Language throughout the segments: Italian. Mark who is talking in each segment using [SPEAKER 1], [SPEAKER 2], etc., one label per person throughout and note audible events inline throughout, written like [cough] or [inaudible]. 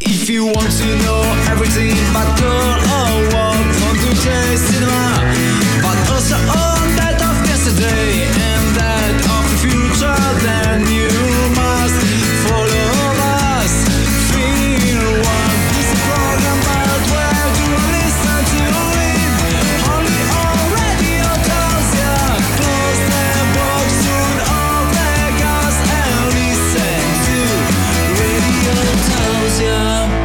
[SPEAKER 1] If you want to know everything about girl or what from today's cinema, but also all that of yesterday and that of the future, then you must follow us. Feel one. This is a program about where to listen to it. Only on Radio Tausia. Close the box, turn off the gas, and listen to Radio Tausia.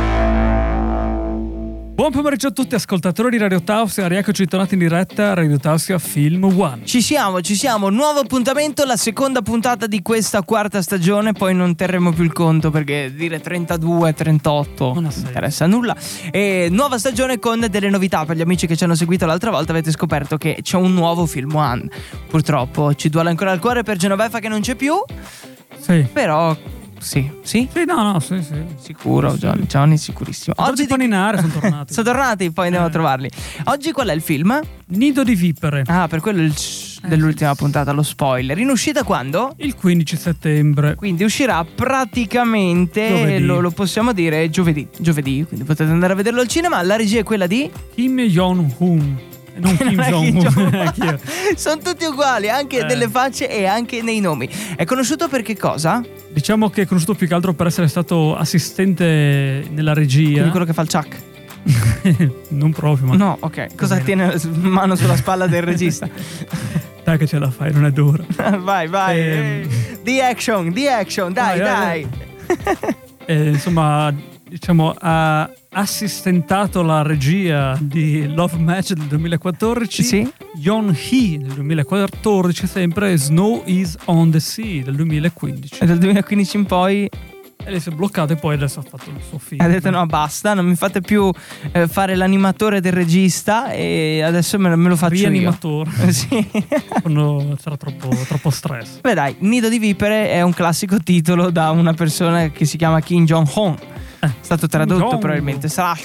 [SPEAKER 2] Buon pomeriggio a tutti, ascoltatori di Radio Tausia. Rieccoci tornati in diretta a Radio Tausia Film One.
[SPEAKER 3] Ci siamo, ci siamo. Nuovo appuntamento, la seconda puntata di questa quarta stagione. Poi non terremo più il conto perché dire 32, 38
[SPEAKER 2] Non ha
[SPEAKER 3] non
[SPEAKER 2] senso.
[SPEAKER 3] interessa a nulla. E nuova stagione con delle novità. Per gli amici che ci hanno seguito l'altra volta, avete scoperto che c'è un nuovo film One. Purtroppo ci duole ancora il cuore per Genoveffa che non c'è più.
[SPEAKER 2] Sì.
[SPEAKER 3] Però, sì, sì,
[SPEAKER 2] Sì, no, no, sì, sì.
[SPEAKER 3] sicuro. Johnny, Johnny sicurissimo.
[SPEAKER 2] Oggi
[SPEAKER 3] Oggi.
[SPEAKER 2] di paninare sono tornati.
[SPEAKER 3] [laughs] Sono tornati, poi andiamo
[SPEAKER 2] Eh.
[SPEAKER 3] a trovarli. Oggi qual è il film?
[SPEAKER 2] Nido di vipere.
[SPEAKER 3] Ah, per quello il dell'ultima puntata, lo spoiler. In uscita quando?
[SPEAKER 2] Il 15 settembre.
[SPEAKER 3] Quindi uscirà praticamente,
[SPEAKER 2] Giovedì.
[SPEAKER 3] lo, lo possiamo dire, giovedì. Giovedì, quindi potete andare a vederlo al cinema. La regia è quella di...
[SPEAKER 2] Kim Jong-un. Eh, Non Kim
[SPEAKER 3] Non è
[SPEAKER 2] [laughs]
[SPEAKER 3] Kim
[SPEAKER 2] Jong-un.
[SPEAKER 3] Jong-un.
[SPEAKER 2] eh, chi è?
[SPEAKER 3] [laughs] Sono tutti uguali, anche
[SPEAKER 2] Eh.
[SPEAKER 3] nelle facce e anche nei nomi. È conosciuto per che cosa?
[SPEAKER 2] Diciamo che è conosciuto più che altro per essere stato assistente nella regia.
[SPEAKER 3] Quindi quello che fa il chuck.
[SPEAKER 2] [laughs] non proprio, ma
[SPEAKER 3] No, ok. Cosa
[SPEAKER 2] Bene.
[SPEAKER 3] tiene la mano sulla spalla
[SPEAKER 2] [laughs]
[SPEAKER 3] del regista? [laughs]
[SPEAKER 2] dai che ce la fai, non è d'ora.
[SPEAKER 3] vai, vai.
[SPEAKER 2] Ehm.
[SPEAKER 3] The action, the action, dai,
[SPEAKER 2] Vai, vai,
[SPEAKER 3] dai.
[SPEAKER 2] Eh, insomma, diciamo, ha assistentato la regia di Love Match del 2014.
[SPEAKER 3] Sì.
[SPEAKER 2] Yon Hee del 2014, sempre Snow is on the Sea del 2015.
[SPEAKER 3] E dal 2015 in poi
[SPEAKER 2] E le si è bloccato e poi adesso ha fatto il suo film.
[SPEAKER 3] Ha detto no, basta, non mi fate più eh, fare l'animatore del regista e adesso me, lo- me lo faccio io. [laughs]
[SPEAKER 2] Rianimatore.
[SPEAKER 3] Sì.
[SPEAKER 2] Quando c'era troppo, troppo stress.
[SPEAKER 3] Beh dai, Nido di Vipere è un classico titolo da una persona che si chiama Kim Jong-un. È stato tradotto
[SPEAKER 2] Jong.
[SPEAKER 3] probabilmente, sarà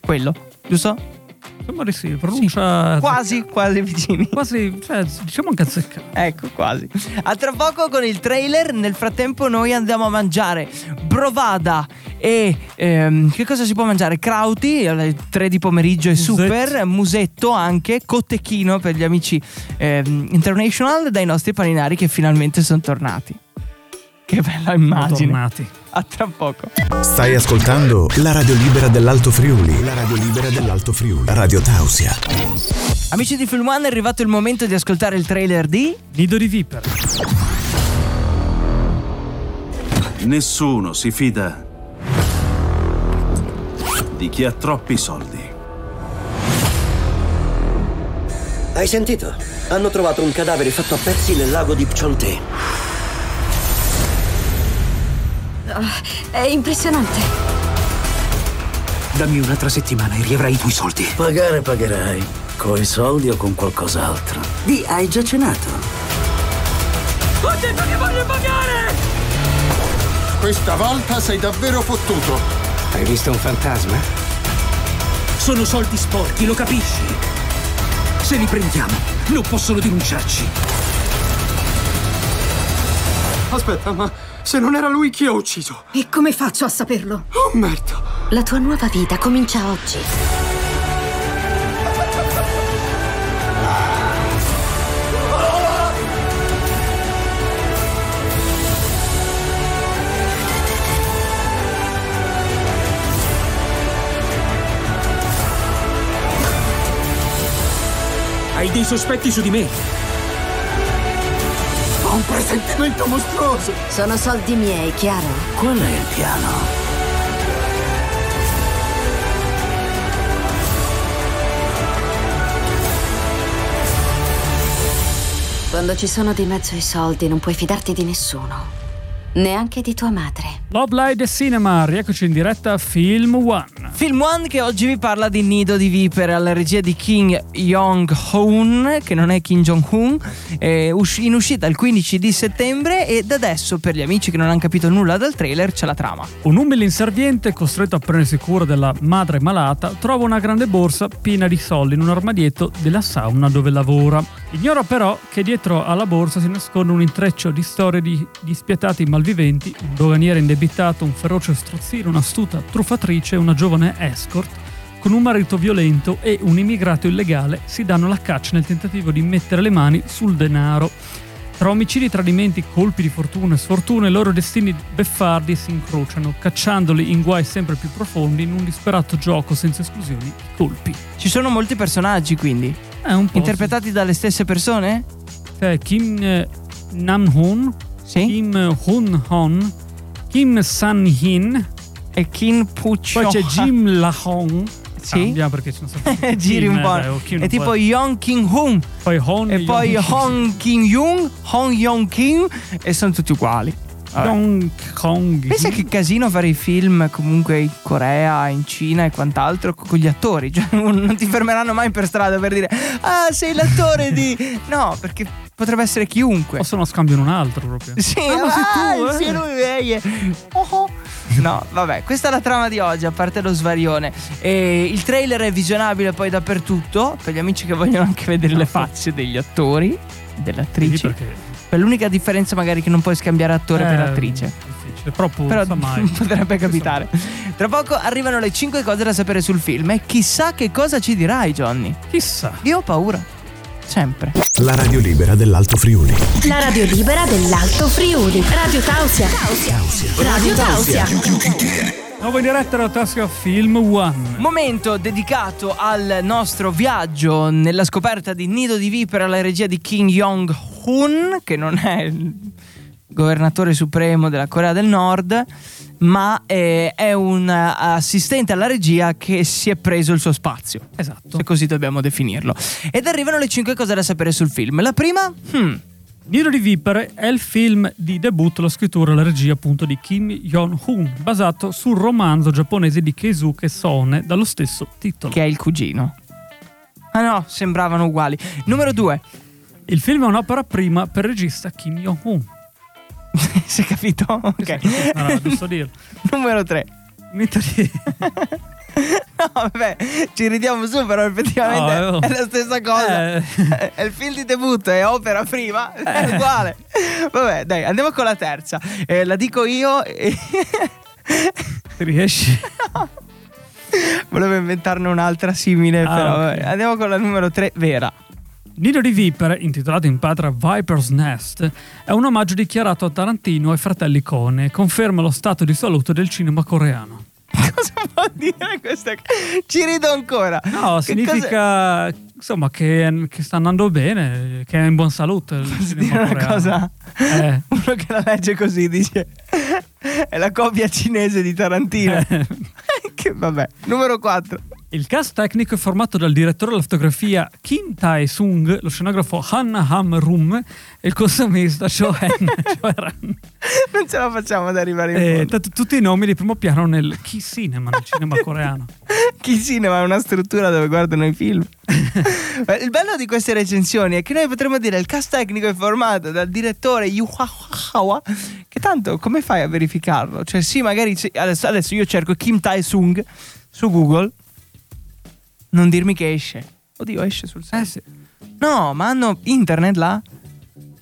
[SPEAKER 3] quello, giusto?
[SPEAKER 2] Insomma, di sì, pronuncia
[SPEAKER 3] Quasi, quasi vicini.
[SPEAKER 2] quasi, cioè, diciamo anche azzeccato.
[SPEAKER 3] Ecco, quasi. A tra poco con il trailer, nel frattempo noi andiamo a mangiare brovada e ehm, che cosa si può mangiare? Crauti alle 3 di pomeriggio è
[SPEAKER 2] Musetto.
[SPEAKER 3] super, musetto anche, cotechino per gli amici ehm, international dai nostri paninari che finalmente sono tornati. Che bella immagine.
[SPEAKER 2] Tornati.
[SPEAKER 3] A tra poco.
[SPEAKER 4] Stai ascoltando la radio libera dell'Alto Friuli. La radio libera dell'Alto Friuli. Radio Tausia.
[SPEAKER 3] Amici di Film One è arrivato il momento di ascoltare il trailer di
[SPEAKER 2] Nido di vipere.
[SPEAKER 5] Nessuno si fida di chi ha troppi soldi.
[SPEAKER 6] Hai sentito? Hanno trovato un cadavere fatto a pezzi nel lago di Pchonte.
[SPEAKER 7] È impressionante.
[SPEAKER 6] Dammi un'altra settimana e riavrai i tuoi soldi.
[SPEAKER 8] Pagare pagherai, coi soldi o con qualcos'altro.
[SPEAKER 6] Di, hai già cenato?
[SPEAKER 9] Questa volta sei davvero fottuto.
[SPEAKER 6] Hai visto un fantasma?
[SPEAKER 8] Sono soldi sporchi, lo capisci? Se li prendiamo, non possono denunciarci.
[SPEAKER 9] Aspetta, ma se non era lui chi ha ucciso?
[SPEAKER 7] E come faccio a saperlo?
[SPEAKER 9] Oh, merda.
[SPEAKER 7] La tua nuova vita comincia oggi.
[SPEAKER 8] Hai dei sospetti su di me?
[SPEAKER 9] Ho un presentimento mostruoso.
[SPEAKER 7] Sono soldi miei, chiaro?
[SPEAKER 8] Qual è il piano?
[SPEAKER 7] Quando ci sono di mezzo i soldi non puoi fidarti di nessuno. Neanche di tua madre.
[SPEAKER 2] Love Light Cinema, rieccoci in diretta a Film One.
[SPEAKER 3] Film One che oggi vi parla di Nido di Vipere alla regia di Kim Jong-un, che non è Kim Jong-un, eh, usci- in uscita il 15 di settembre e da adesso per gli amici che non hanno capito nulla dal trailer c'è la trama.
[SPEAKER 2] Un umile inserviente, costretto a prendersi cura della madre malata, trova una grande borsa piena di soldi in un armadietto della sauna dove lavora. Ignora però che dietro alla borsa si nasconde un intreccio di storie di dispietati malviventi malviventi, un doganiere indebitato, un feroce strozzino, un'astuta truffatrice e una giovane escort, con un marito violento e un immigrato illegale si danno la caccia nel tentativo di mettere le mani sul denaro. Tra omicidi, tradimenti, colpi di fortuna e sfortuna, i loro destini beffardi si incrociano, cacciandoli in guai sempre più profondi in un disperato gioco senza esclusioni di colpi.
[SPEAKER 3] Ci sono molti personaggi quindi,
[SPEAKER 2] È un po'
[SPEAKER 3] interpretati dalle stesse persone?
[SPEAKER 2] Cioè, Kim eh, Nam-hoon,
[SPEAKER 3] Sì.
[SPEAKER 2] Kim Hoon-hon, Kim San-hin,
[SPEAKER 3] E Kim Puccio.
[SPEAKER 2] poi
[SPEAKER 3] [laughs]
[SPEAKER 2] c'è Jim La-hong.
[SPEAKER 3] Sì.
[SPEAKER 2] Cambia perché ci
[SPEAKER 3] [laughs]
[SPEAKER 2] sono stati
[SPEAKER 3] Giri un
[SPEAKER 2] Kim, eh,
[SPEAKER 3] po'.
[SPEAKER 2] o Kim,
[SPEAKER 3] È tipo
[SPEAKER 2] poi-
[SPEAKER 3] Yong King Hoon
[SPEAKER 2] poi Hon
[SPEAKER 3] e poi Hong King Yoon, Hong Yong King e sono tutti uguali.
[SPEAKER 2] Ah. Hong Kong.
[SPEAKER 3] Pensa che casino fare i film comunque in Corea, in Cina e quant'altro co- con gli attori. [laughs] Cioè, non non ti fermeranno mai per strada per dire Ah, sei
[SPEAKER 2] [laughs]
[SPEAKER 3] l'attore di. No, perché potrebbe essere chiunque.
[SPEAKER 2] O se no scambiano un altro proprio.
[SPEAKER 3] [laughs] Sì,
[SPEAKER 2] ma sei tu,
[SPEAKER 3] ah,
[SPEAKER 2] eh.
[SPEAKER 3] sì, lui eh, eh. Oh, oh. No, vabbè, questa è la trama di oggi, a parte lo svarione. E il trailer è visionabile poi dappertutto, per gli amici che vogliono anche vedere le facce degli attori, delle
[SPEAKER 2] Quindi
[SPEAKER 3] attrici.
[SPEAKER 2] perché
[SPEAKER 3] Per l'unica differenza magari che non puoi scambiare attore per
[SPEAKER 2] Eh,
[SPEAKER 3] attrice.
[SPEAKER 2] Difficile, però, pu-
[SPEAKER 3] Però
[SPEAKER 2] sa
[SPEAKER 3] [laughs]
[SPEAKER 2] mai.
[SPEAKER 3] potrebbe
[SPEAKER 2] Sa
[SPEAKER 3] capitare. Tra poco arrivano le 5 cose da sapere sul film e chissà che cosa ci dirai, Johnny.
[SPEAKER 2] mai. Chissà.
[SPEAKER 3] Io ho paura. Sempre.
[SPEAKER 4] La radio libera dell'Alto Friuli.
[SPEAKER 10] La radio libera dell'Alto Friuli. Radio Tausia. Radio Tausia.
[SPEAKER 2] Nuovo in diretta da Tasca Film One.
[SPEAKER 3] Momento dedicato al nostro viaggio nella scoperta di Nido di Vipera alla regia di Kim Jong-un, che non è il governatore supremo della Corea del Nord, ma eh, è un eh, assistente alla regia che si è preso il suo spazio.
[SPEAKER 2] Esatto.
[SPEAKER 3] Se così dobbiamo definirlo. Ed arrivano le 5 cose da sapere sul film. La prima, hmm,
[SPEAKER 2] Nero di Vipere è il film di debutto, la scrittura e la regia appunto di Kim Jong-un, basato sul romanzo giapponese di Keisuke Sone dallo stesso titolo.
[SPEAKER 3] che è il cugino. Ah no, sembravano uguali. Numero 2,
[SPEAKER 2] Il film è un'opera prima per il regista Kim Jong-un.
[SPEAKER 3] [laughs] si è capito? Ok. [laughs]
[SPEAKER 2] Allora, giusto dirlo.
[SPEAKER 3] Numero 3.
[SPEAKER 2] Mentre di-
[SPEAKER 3] [laughs] No, vabbè, ci ridiamo su, però effettivamente
[SPEAKER 2] No, eh,
[SPEAKER 3] è la stessa cosa.
[SPEAKER 2] eh.
[SPEAKER 3] È il film di debutto, è opera prima, è uguale. Vabbè, dai, andiamo con la terza. Eh, la dico io. [laughs] e-
[SPEAKER 2] riesci?
[SPEAKER 3] Volevo inventarne un'altra simile,
[SPEAKER 2] Ah,
[SPEAKER 3] però
[SPEAKER 2] ok.
[SPEAKER 3] vabbè. andiamo con la numero 3, vera.
[SPEAKER 2] Nido di Vipere, intitolato in patria Viper's Nest, è un omaggio dichiarato a Tarantino ai fratelli Cone, conferma lo stato di salute del cinema coreano.
[SPEAKER 3] Cosa [laughs] vuol dire questa? Ci rido ancora.
[SPEAKER 2] No,
[SPEAKER 3] Che cosa-
[SPEAKER 2] significa insomma che, che sta andando bene, che è in buona salute. il
[SPEAKER 3] Posso
[SPEAKER 2] cinema
[SPEAKER 3] dire una
[SPEAKER 2] coreano.
[SPEAKER 3] cosa?
[SPEAKER 2] Eh.
[SPEAKER 3] [laughs] Uno che la legge così dice: È la copia cinese di Tarantino.
[SPEAKER 2] Eh.
[SPEAKER 3] [laughs] che vabbè, numero 4.
[SPEAKER 2] Il cast tecnico è formato dal direttore della fotografia Kim Tae-sung, lo scenografo Han Ham-rum e il costumista
[SPEAKER 3] [laughs]
[SPEAKER 2] Chohan Choran.
[SPEAKER 3] Non ce la facciamo ad arrivare in
[SPEAKER 2] Eh,
[SPEAKER 3] fondo.
[SPEAKER 2] t- tutti i nomi di primo piano nel Key Cinema, nel cinema coreano.
[SPEAKER 3] [laughs] Chi cinema è una struttura dove guardano i [laughs] film. Eh, il bello di queste recensioni è che noi potremmo dire il cast tecnico è formato dal direttore Yuhahawa. Che tanto come fai a verificarlo? Cioè, sì, magari sì, adesso, adesso io cerco Kim Tai-sung su Google. Non dirmi che esce. Oddio, esce sul set. Eh, No, ma hanno internet là?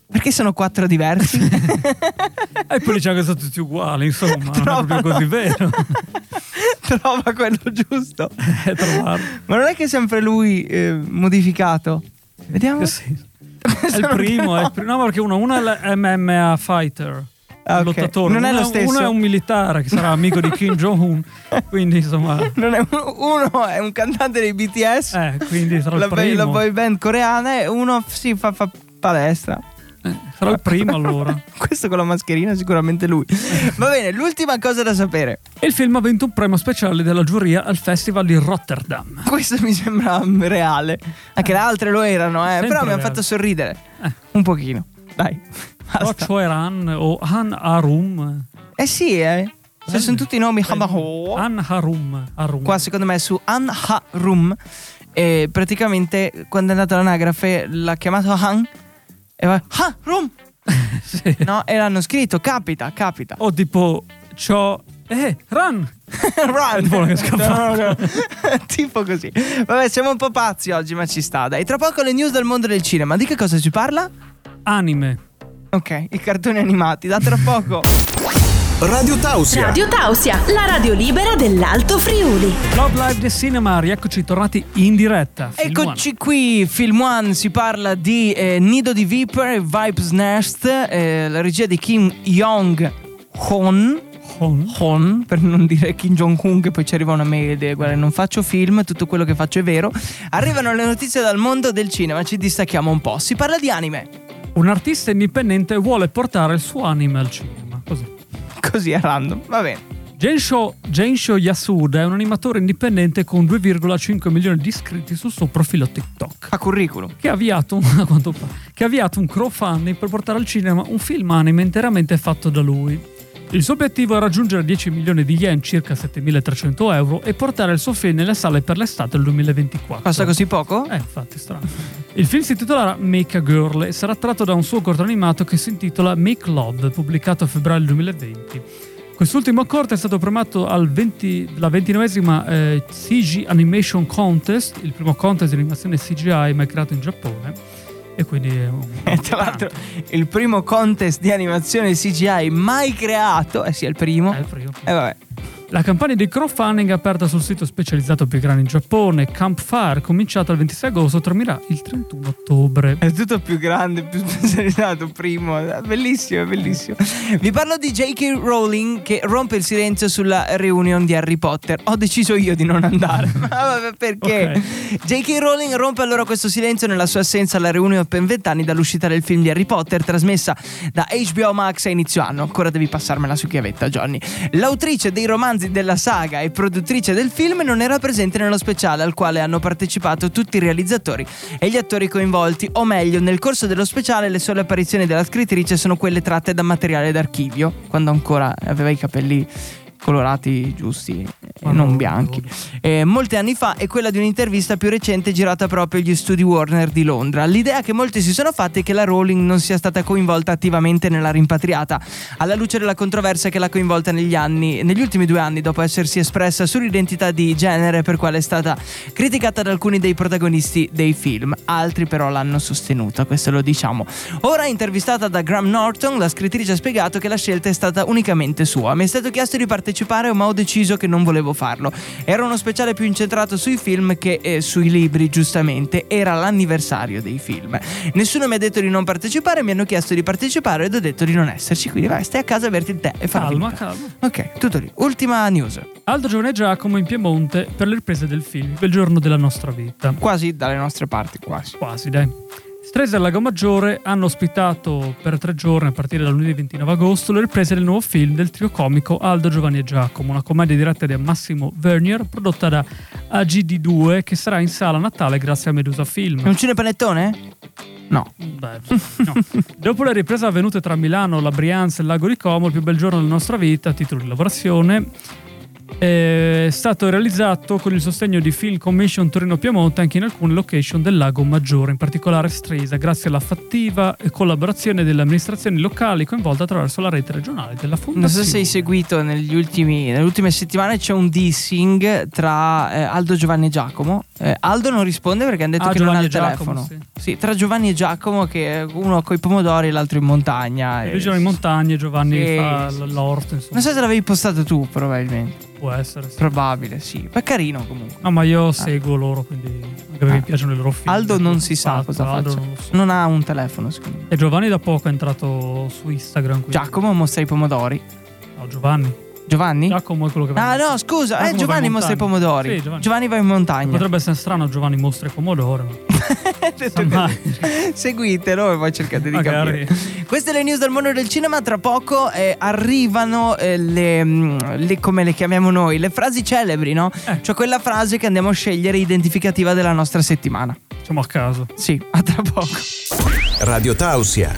[SPEAKER 3] Perché sono quattro diversi?
[SPEAKER 2] E poi diciamo che sono tutti uguali,
[SPEAKER 3] [laughs]
[SPEAKER 2] insomma, non è proprio
[SPEAKER 3] Trovano.
[SPEAKER 2] così
[SPEAKER 3] [laughs]
[SPEAKER 2] vero.
[SPEAKER 3] [laughs] Trova quello giusto.
[SPEAKER 2] Eh, trovarlo.
[SPEAKER 3] Ma non è che è sempre lui eh, modificato? Vediamo.
[SPEAKER 2] Che senso? È il primo, è il primo. No, ma perché uno, uno è l'MMA fighter,
[SPEAKER 3] Ah,
[SPEAKER 2] il
[SPEAKER 3] ok.
[SPEAKER 2] lottatore.
[SPEAKER 3] Non è
[SPEAKER 2] uno
[SPEAKER 3] lo stesso?
[SPEAKER 2] Uno è un militare che sarà amico di Kim
[SPEAKER 3] [laughs]
[SPEAKER 2] Jong-un. Quindi, insomma,
[SPEAKER 3] Non è un- uno è un cantante dei BTS,
[SPEAKER 2] eh, quindi sarà
[SPEAKER 3] la,
[SPEAKER 2] il
[SPEAKER 3] boy- la
[SPEAKER 2] primo.
[SPEAKER 3] boy band coreana, e uno f- si fa, fa palestra.
[SPEAKER 2] Eh, Sarà il primo allora.
[SPEAKER 3] [laughs] Questo con la mascherina, è
[SPEAKER 2] [laughs]
[SPEAKER 3] sicuramente lui. Va bene, l'ultima cosa da sapere.
[SPEAKER 2] E il film ha vinto un premio speciale della giuria al Festival di Rotterdam.
[SPEAKER 3] Questo mi sembra mm, reale. Anche le altre lo erano, eh,
[SPEAKER 2] Sempre
[SPEAKER 3] però mi hanno
[SPEAKER 2] reale. Eh.
[SPEAKER 3] fatto sorridere. Un pochino. Dai. Basta.
[SPEAKER 2] Rocho Eran o Han Arum.
[SPEAKER 3] Eh sì, eh. Se sono tutti i
[SPEAKER 2] Eh.
[SPEAKER 3] nomi Hamaho.
[SPEAKER 2] Han Harum. Harum.
[SPEAKER 3] qua secondo me è su Han Ha Rum e praticamente quando è andata all'anagrafe l'ha chiamato Han e va Ha Rum
[SPEAKER 2] [laughs] Sì. Oh,
[SPEAKER 3] no e l'hanno scritto capita capita
[SPEAKER 2] O tipo, c'ho... Eh, Ran!
[SPEAKER 3] [laughs] Run.
[SPEAKER 2] tipo che scappa.
[SPEAKER 3] No, [laughs] no, no. tipo così vabbè siamo un po' pazzi oggi ma ci sta dai tra poco le news del mondo del cinema di che cosa ci parla?
[SPEAKER 2] Anime. [laughs]
[SPEAKER 3] ok i cartoni animati da tra poco
[SPEAKER 4] Radio Tausia.
[SPEAKER 10] Radio Tausia, la radio libera dell'Alto Friuli.
[SPEAKER 2] Love Live The Cinema, rieccoci tornati in diretta. Film
[SPEAKER 3] Eccoci qui, Film One si parla di eh, Nido di Viper e Vibes Nest, eh, la regia di Kim Jong Hon.
[SPEAKER 2] Hon.
[SPEAKER 3] per non dire Kim Jong-un, che poi ci arriva una mail e dice, guarda non faccio film, tutto quello che faccio è vero. Arrivano le notizie dal mondo del cinema, ci distacchiamo un po'. Si parla di anime,
[SPEAKER 2] One.
[SPEAKER 3] [laughs]
[SPEAKER 2] Un artista indipendente vuole portare il suo anime al cinema. Così.
[SPEAKER 3] così a random, va bene.
[SPEAKER 2] Gensho, Gensho Yasuda è un animatore indipendente con 2,5 milioni di iscritti sul suo profilo TikTok.
[SPEAKER 3] A curriculum.
[SPEAKER 2] Che ha, avviato, [laughs] a quanto pare, che ha avviato un crowdfunding per portare al cinema un film anime interamente fatto da lui. Il suo obiettivo è raggiungere 10 milioni di yen, circa 7.300 euro, e portare il suo film nelle sale per l'estate del 2024.
[SPEAKER 3] Costa così poco?
[SPEAKER 2] Eh, infatti, strano. Il film si intitolerà Make a Girl e sarà tratto da un suo corto animato che si intitola Make Love, pubblicato a febbraio 2020. Quest'ultimo corto è stato premiato al 20 la 29esima eh, CG Animation Contest, il primo contest di animazione CGI mai creato in Giappone. E quindi è
[SPEAKER 3] [laughs]
[SPEAKER 2] un-
[SPEAKER 3] E Eh, tra l'altro il primo contest di animazione CGI mai creato, eh sì, è il primo.
[SPEAKER 2] è il primo.
[SPEAKER 3] E vabbè.
[SPEAKER 2] La campagna di crowdfunding aperta sul sito specializzato più grande in Giapone, Campfire, cominciata il 26 agosto, terminerà il 31 ottobre.
[SPEAKER 3] È tutto più grande, più [laughs] specializzato, primo. Bellissimo, bellissimo. Vi parlo di J.K. Rowling che rompe il silenzio sulla reunion di Harry Potter. Ho deciso io di non andare. [laughs] Ma vabbè, perché? J.K. Rowling rompe allora questo silenzio nella sua assenza alla reunion per vent'anni dall'uscita del film di Harry Potter, trasmessa da HBO Max a inizio anno. Ancora devi passarmela su chiavetta, Johnny. L'autrice dei romanzi della saga e produttrice del film non era presente nello speciale al quale hanno partecipato tutti i realizzatori e gli attori coinvolti, o meglio, nel corso dello speciale le sole apparizioni della scrittrice sono quelle tratte da materiale d'archivio, quando ancora aveva i capelli colorati giusti e non bianchi. Eh, molti anni fa è quella di un'intervista più recente girata proprio agli studi Warner di Londra. L'idea che molti si sono fatti è che la Rowling non sia stata coinvolta attivamente nella rimpatriata, alla luce della controversia che l'ha coinvolta negli, anni, negli ultimi due anni dopo essersi espressa sull'identità di genere per quale è stata criticata da alcuni dei protagonisti dei film. Altri però l'hanno sostenuta, questo lo diciamo. Ora intervistata da Graham Norton, la scrittrice ha spiegato che la scelta è stata unicamente sua. Mi è stato chiesto di partecipare ma ho deciso che non volevo farlo. Era uno speciale più incentrato sui film che eh, sui libri, giustamente. Era l'anniversario dei film. Nessuno mi ha detto di non partecipare, mi hanno chiesto di partecipare ed ho detto di non esserci. Quindi vai, stai a casa a berti il tè e fai la
[SPEAKER 2] Calma,
[SPEAKER 3] finta.
[SPEAKER 2] calma.
[SPEAKER 3] Ok, tutto lì. Ultima news.
[SPEAKER 2] Aldo Giovane e Giacomo in Piemonte per le riprese del film Il giorno della nostra vita.
[SPEAKER 3] Quasi dalle nostre parti, quasi.
[SPEAKER 2] Quasi, dai. Stresa al Lago Maggiore hanno ospitato per tre giorni, a partire dal lunedì 29 agosto, le riprese del nuovo film del trio comico Aldo, Giovanni e Giacomo, una commedia diretta da Massimo Vernier, prodotta da AGD2, che sarà in sala a Natale grazie a Medusa Film.
[SPEAKER 3] È un cinepanettone? No.
[SPEAKER 2] Beh, no. Dopo le riprese avvenute tra Milano, la Brianza e il lago di Como, il più bel giorno della nostra vita, titolo di lavorazione, è stato realizzato con il sostegno di Film Commission Torino Piemonte anche in alcune location del lago Maggiore, in particolare Stresa, grazie alla fattiva collaborazione delle amministrazioni locali coinvolte attraverso la rete regionale della Fondazione.
[SPEAKER 3] Non so se hai seguito negli ultimi, nelle ultime settimane c'è un dissing tra eh, Aldo, Giovanni e Giacomo. Eh, Aldo non risponde perché hanno detto
[SPEAKER 2] Ah,
[SPEAKER 3] che non
[SPEAKER 2] Giovanni
[SPEAKER 3] ha
[SPEAKER 2] e
[SPEAKER 3] il
[SPEAKER 2] Giacomo,
[SPEAKER 3] telefono. Sì, tra Giovanni e Giacomo che uno coi pomodori e l'altro in montagna.
[SPEAKER 2] Lui
[SPEAKER 3] Eh,
[SPEAKER 2] gira in montagna, Giovanni
[SPEAKER 3] Sì,
[SPEAKER 2] fa
[SPEAKER 3] sì, sì.
[SPEAKER 2] l'orto, insomma.
[SPEAKER 3] Non so se l'avevi postato tu probabilmente.
[SPEAKER 2] Può essere, sì.
[SPEAKER 3] Probabile, sì. Ma è carino comunque.
[SPEAKER 2] No, ma io seguo loro, quindi anche perché mi piacciono i loro film.
[SPEAKER 3] Ah. Aldo non si sa
[SPEAKER 2] Fatto,
[SPEAKER 3] cosa
[SPEAKER 2] Esatto, Aldo
[SPEAKER 3] faccia.
[SPEAKER 2] non lo so.
[SPEAKER 3] Non ha un telefono secondo me.
[SPEAKER 2] E Giovanni da poco è entrato su Instagram. Quindi...
[SPEAKER 3] Giacomo mostra i pomodori.
[SPEAKER 2] No, Giovanni.
[SPEAKER 3] Giovanni?
[SPEAKER 2] Giacomo è quello che va
[SPEAKER 3] Ah
[SPEAKER 2] in-
[SPEAKER 3] no, scusa, eh,
[SPEAKER 2] Giacomo va
[SPEAKER 3] Giovanni
[SPEAKER 2] in
[SPEAKER 3] mostra i
[SPEAKER 2] montagna.
[SPEAKER 3] pomodori.
[SPEAKER 2] Sì, Giovanni.
[SPEAKER 3] Giovanni va in montagna.
[SPEAKER 2] Potrebbe essere strano Giovanni mostra i pomodori, ma sa mai.
[SPEAKER 3] [laughs] Seguitelo e poi cercate di
[SPEAKER 2] Magari.
[SPEAKER 3] capire. Queste le news del mondo del cinema. Tra poco eh, arrivano eh, le, mm, le- come le chiamiamo noi, le frasi celebri, no? Cioè quella frase che andiamo a scegliere identificativa della nostra settimana.
[SPEAKER 2] Diciamo a caso.
[SPEAKER 3] Sì, a tra poco.
[SPEAKER 4] Radio Tausia.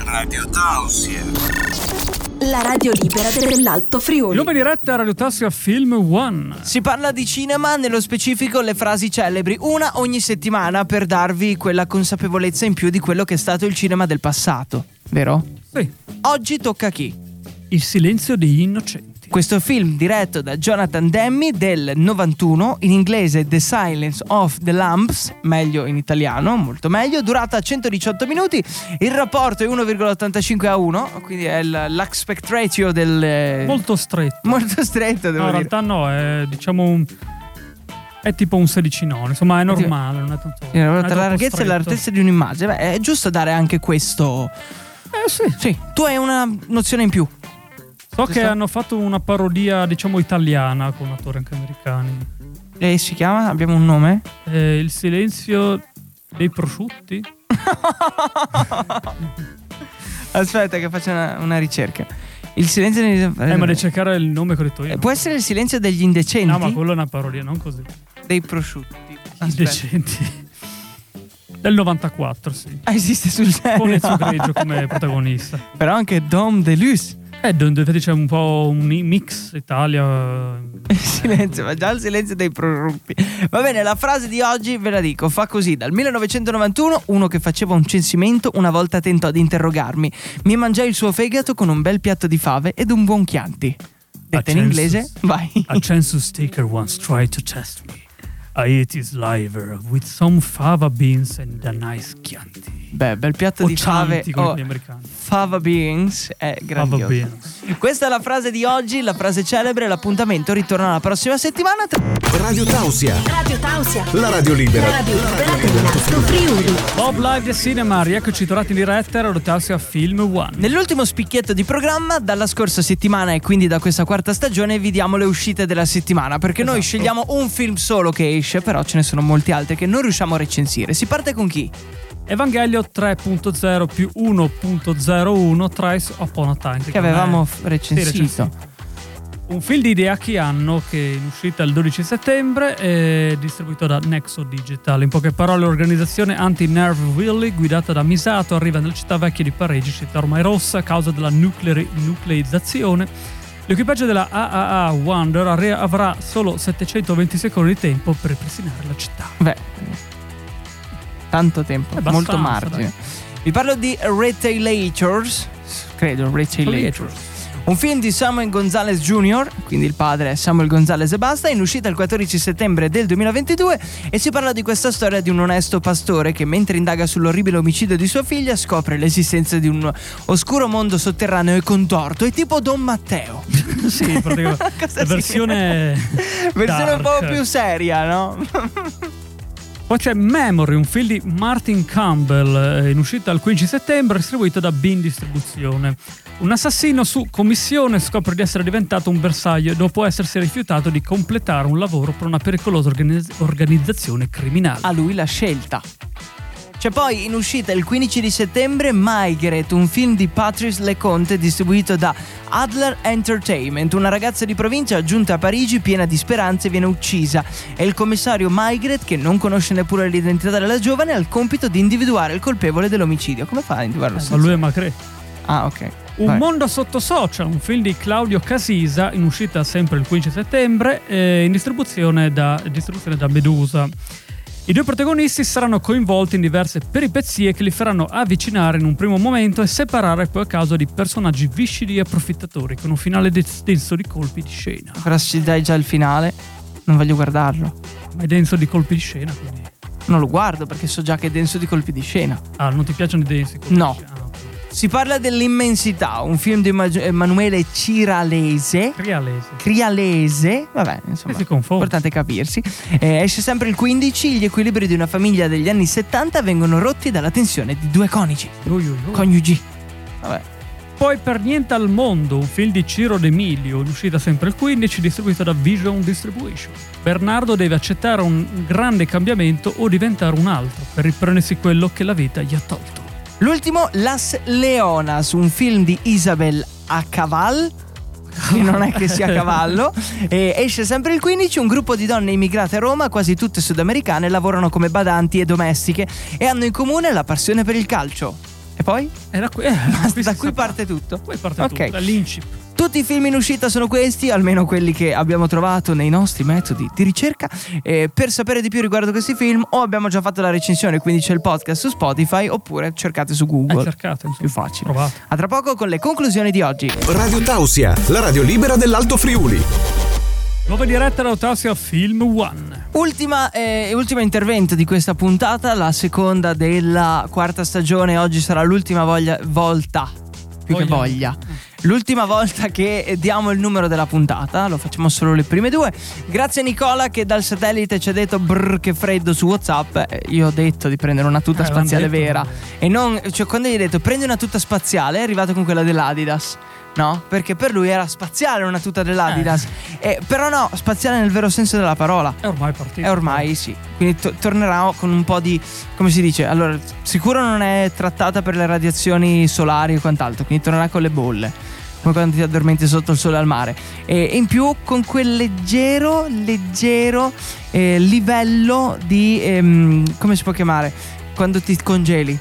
[SPEAKER 10] La radio libera dell'Alto
[SPEAKER 2] Il
[SPEAKER 10] Friuli.
[SPEAKER 2] nome diretta Radio Tassia Film One.
[SPEAKER 3] Si parla di cinema, nello specifico le frasi celebri, una ogni settimana per darvi quella consapevolezza in più di quello che è stato il cinema del passato, vero?
[SPEAKER 2] Sì.
[SPEAKER 3] Oggi tocca a chi?
[SPEAKER 2] Il silenzio degli innocenti. Cristi.
[SPEAKER 3] Questo film diretto da Jonathan Demme del 91, in inglese The Silence of the Lambs, meglio in italiano, molto meglio, durata 118 minuti, il rapporto è 1,85 a 1, quindi è l- l'aspect ratio del...
[SPEAKER 2] Molto stretto.
[SPEAKER 3] Molto stretto, Eh.
[SPEAKER 2] No,
[SPEAKER 3] devo
[SPEAKER 2] in
[SPEAKER 3] dire.
[SPEAKER 2] realtà no, è diciamo un... È tipo un 16 9, insomma è normale. Non è tanto,
[SPEAKER 3] Eh,
[SPEAKER 2] non è
[SPEAKER 3] tra
[SPEAKER 2] troppo
[SPEAKER 3] la larghezza e
[SPEAKER 2] stretto.
[SPEAKER 3] l'altezza di un'immagine, beh, è giusto dare anche questo.
[SPEAKER 2] Eh sì.
[SPEAKER 3] Sì, tu hai una nozione in più.
[SPEAKER 2] So che
[SPEAKER 3] Giusto?
[SPEAKER 2] hanno fatto una parodia, diciamo, italiana con attori anche americani.
[SPEAKER 3] E si chiama? Abbiamo un nome?
[SPEAKER 2] Eh, il silenzio dei prosciutti?
[SPEAKER 3] Aspetta, che faccio una, una ricerca. Il silenzio degli.
[SPEAKER 2] Eh, ma devi cercare il nome che ho detto io.
[SPEAKER 3] Eh, Può essere il silenzio degli indecenti?
[SPEAKER 2] No, ma quello è una parodia, non così.
[SPEAKER 3] Dei prosciutti. Ah, Aspetta.
[SPEAKER 2] Indecenti. Del 94, sì.
[SPEAKER 3] Ah, esiste sul
[SPEAKER 2] Con
[SPEAKER 3] serio.
[SPEAKER 2] Ezio Greggio come protagonista.
[SPEAKER 3] [laughs] Però anche Dom Deluxe.
[SPEAKER 2] Eh, d- infatti c'è un po' un mix Italia.
[SPEAKER 3] Il [laughs] silenzio, ma già il silenzio dei proruppi. Va bene, la frase di oggi ve la dico, fa così, dal 1991 uno che faceva un censimento una volta tentò di interrogarmi. Mi mangiai il suo fegato con un bel piatto di fave ed un buon chianti. Detta in
[SPEAKER 2] Accensus.
[SPEAKER 3] inglese,
[SPEAKER 2] [laughs]
[SPEAKER 3] vai.
[SPEAKER 2] A census taker once tried to test me. I ate his liver with some fava beans and a nice chianti.
[SPEAKER 3] Beh, bel piatto
[SPEAKER 2] O
[SPEAKER 3] di fave.
[SPEAKER 2] Chianti, come
[SPEAKER 3] Oh,
[SPEAKER 2] gli americani.
[SPEAKER 3] fava beans è grandioso.
[SPEAKER 2] Fava beans.
[SPEAKER 3] Questa è la frase di oggi, la frase celebre, l'appuntamento ritorna la prossima settimana.
[SPEAKER 4] Radio Tausia,
[SPEAKER 10] Radio Tausia.
[SPEAKER 4] la radio libera.
[SPEAKER 10] La radio libera dell'Alto Friuli.
[SPEAKER 2] Bob Live the Cinema, rieccoci tornati in diretta a rotarsi a Film One.
[SPEAKER 3] Nell'ultimo spicchietto di programma, dalla scorsa settimana e quindi da questa quarta stagione, vi diamo le uscite della settimana. Perché noi
[SPEAKER 2] Esatto.
[SPEAKER 3] scegliamo un film solo che esce, però ce ne sono molti altri che non riusciamo a recensire. Si parte con chi?
[SPEAKER 2] Evangelio 3.0 più 1.01 Thrice Upon a Time.
[SPEAKER 3] Che avevamo f-
[SPEAKER 2] Sì,
[SPEAKER 3] recensito.
[SPEAKER 2] recensito. Un film di idea che hanno che è in uscita il 12 settembre è distribuito da Nexo Digital. In poche parole l'organizzazione anti-Nerve Willy guidata da Misato arriva nella città vecchia di Parigi, città ormai rossa a causa della nucleari- nucleizzazione. L'equipaggio della AAA Wonder arre- avrà solo 720 secondi di tempo per ripristinare la città.
[SPEAKER 3] Beh, tanto tempo,
[SPEAKER 2] Eh, abbastanza,
[SPEAKER 3] molto margine. Vi parlo di Retailators, credo, Retailators. Un film di Samuel Gonzalez Jr., quindi il padre è Samuel Gonzalez e basta, in uscita il 14 settembre del 2022 e si parla di questa storia di un onesto pastore che mentre indaga sull'orribile omicidio di sua figlia scopre l'esistenza di un oscuro mondo sotterraneo e contorto, è tipo Don Matteo.
[SPEAKER 2] sì, praticamente.
[SPEAKER 3] [laughs] Cosa
[SPEAKER 2] la versione
[SPEAKER 3] Versione un po'
[SPEAKER 2] dark.
[SPEAKER 3] più seria, no?
[SPEAKER 2] Poi c'è Memory, un film di Martin Campbell, eh, in uscita il 15 settembre, distribuito da Bin Distribuzione. Un assassino su commissione scopre di essere diventato un bersaglio dopo essersi rifiutato di completare un lavoro per una pericolosa organizz- organizzazione criminale.
[SPEAKER 3] a lui la scelta. C'è poi in uscita il 15 di settembre Migrate, un film di Patrice Leconte distribuito da Adler Entertainment. Una ragazza di provincia giunta a Parigi piena di speranze viene uccisa e il commissario Migrate, che non conosce neppure l'identità della giovane, ha il compito di individuare il colpevole dell'omicidio. Come fa a individuarlo?
[SPEAKER 2] Ma Eh, lui è Macré.
[SPEAKER 3] Ah, ok.
[SPEAKER 2] Un
[SPEAKER 3] Vai.
[SPEAKER 2] mondo sotto social, un film di Claudio Casisa, in uscita sempre il 15 settembre, eh, in distribuzione da, distribuzione da Medusa. I due protagonisti saranno coinvolti in diverse peripezie che li faranno avvicinare in un primo momento e separare poi a causa di personaggi viscidi e approfittatori, con un finale dens- denso di colpi di scena.
[SPEAKER 3] Però ci dai già il finale. Non voglio guardarlo.
[SPEAKER 2] Ma è denso di colpi di scena, quindi...
[SPEAKER 3] Non lo guardo perché so già che è denso di colpi di scena.
[SPEAKER 2] Ah, non ti piacciono i densi colpi
[SPEAKER 3] No.
[SPEAKER 2] di scena? Ah, ok.
[SPEAKER 3] Si parla dell'immensità, un film di Emag- Emanuele Ciralese.
[SPEAKER 2] Crialese.
[SPEAKER 3] Crialese, vabbè, insomma,
[SPEAKER 2] Eh, si confonde.
[SPEAKER 3] importante capirsi. Eh, esce sempre il 15, gli equilibri di una famiglia degli anni 70 vengono rotti dalla tensione di due conici,
[SPEAKER 2] Ui, ui, ui.
[SPEAKER 3] coniugi. Vabbè.
[SPEAKER 2] Poi Per Niente al Mondo, un film di Ciro D'Emilio, in uscita sempre il 15, distribuito da Vision Distribution. Bernardo deve accettare un grande cambiamento o diventare un altro per riprendersi quello che la vita gli ha tolto.
[SPEAKER 3] L'ultimo, Las Leonas, un film di Isabel a cavallo. Non è che sia a cavallo. E esce sempre il 15. Un gruppo di donne immigrate a Roma, quasi tutte sudamericane, lavorano come badanti e domestiche e hanno in comune la passione per il calcio. E poi?
[SPEAKER 2] E da qui, eh,
[SPEAKER 3] [laughs] Da
[SPEAKER 2] si
[SPEAKER 3] qui
[SPEAKER 2] sa-
[SPEAKER 3] parte tutto.
[SPEAKER 2] Poi parte
[SPEAKER 3] Ok.
[SPEAKER 2] tutto, dall'Incip.
[SPEAKER 3] Tutti i film in uscita sono questi, almeno quelli che abbiamo trovato nei nostri metodi di ricerca. Eh, per sapere di più riguardo questi film, o abbiamo già fatto la recensione, quindi c'è il podcast su Spotify, oppure cercate su Google.
[SPEAKER 2] Eh, cercate,
[SPEAKER 3] più facile. A tra poco con le conclusioni di oggi.
[SPEAKER 4] Radio Tausia, la radio libera dell'Alto Friuli.
[SPEAKER 2] Nuova diretta all'autosia Film One.
[SPEAKER 3] Ultima, eh, ultimo intervento di questa puntata, la seconda della quarta stagione. Oggi sarà l'ultima voglia- volta. Più che
[SPEAKER 2] Voglia.
[SPEAKER 3] voglia. L'ultima volta che diamo il numero della puntata, lo facciamo solo le prime due. Grazie a Nicola che dal satellite ci ha detto brr che freddo su WhatsApp. Eh, Io ho detto di prendere una
[SPEAKER 2] Eh,
[SPEAKER 3] tuta
[SPEAKER 2] l'hanno
[SPEAKER 3] spaziale
[SPEAKER 2] detto,
[SPEAKER 3] vera. E non, cioè, quando gli ho detto prendi una tuta spaziale, è arrivato con quella dell'Adidas. No? Perché per lui era spaziale una tuta dell'Adidas. Eh, però no, spaziale nel vero senso della parola.
[SPEAKER 2] È ormai partito.
[SPEAKER 3] E ormai sì. Quindi to- tornerà con un po' di. come si dice? Allora, sicuro non è trattata per le radiazioni solari e quant'altro, quindi tornerà con le bolle. Come quando ti addormenti sotto il sole al mare. E e in più con quel leggero, leggero eh, livello di. ehm, come si può chiamare? Quando ti congeli.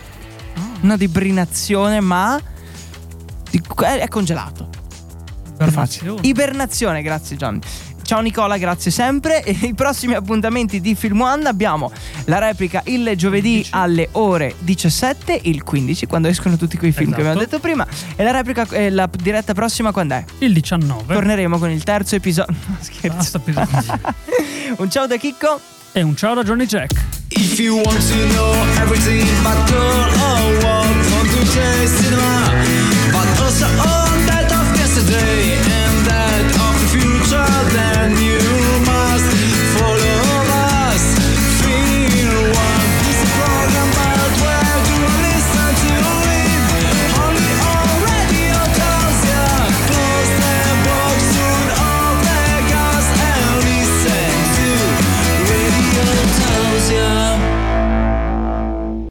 [SPEAKER 3] No, di brinazione, ma. di- è è congelato.
[SPEAKER 2] Ibernazione.
[SPEAKER 3] Ibernazione, grazie Gianni. Ciao Nicola, grazie sempre. [laughs] E I prossimi appuntamenti di Film One abbiamo la replica il giovedì alle ore 17, il 15, quando escono tutti quei film
[SPEAKER 2] Esatto.
[SPEAKER 3] che abbiamo detto prima. E la replica, eh, la diretta prossima quando è?
[SPEAKER 2] Il 19.
[SPEAKER 3] Torneremo con il terzo episodio. [laughs]
[SPEAKER 2] Basta
[SPEAKER 3] Scherzo. [laughs]
[SPEAKER 2] pesanti.
[SPEAKER 3] Un ciao da Chicco.
[SPEAKER 2] E un ciao da Johnny Jack.
[SPEAKER 1] If you want to know everything about girl or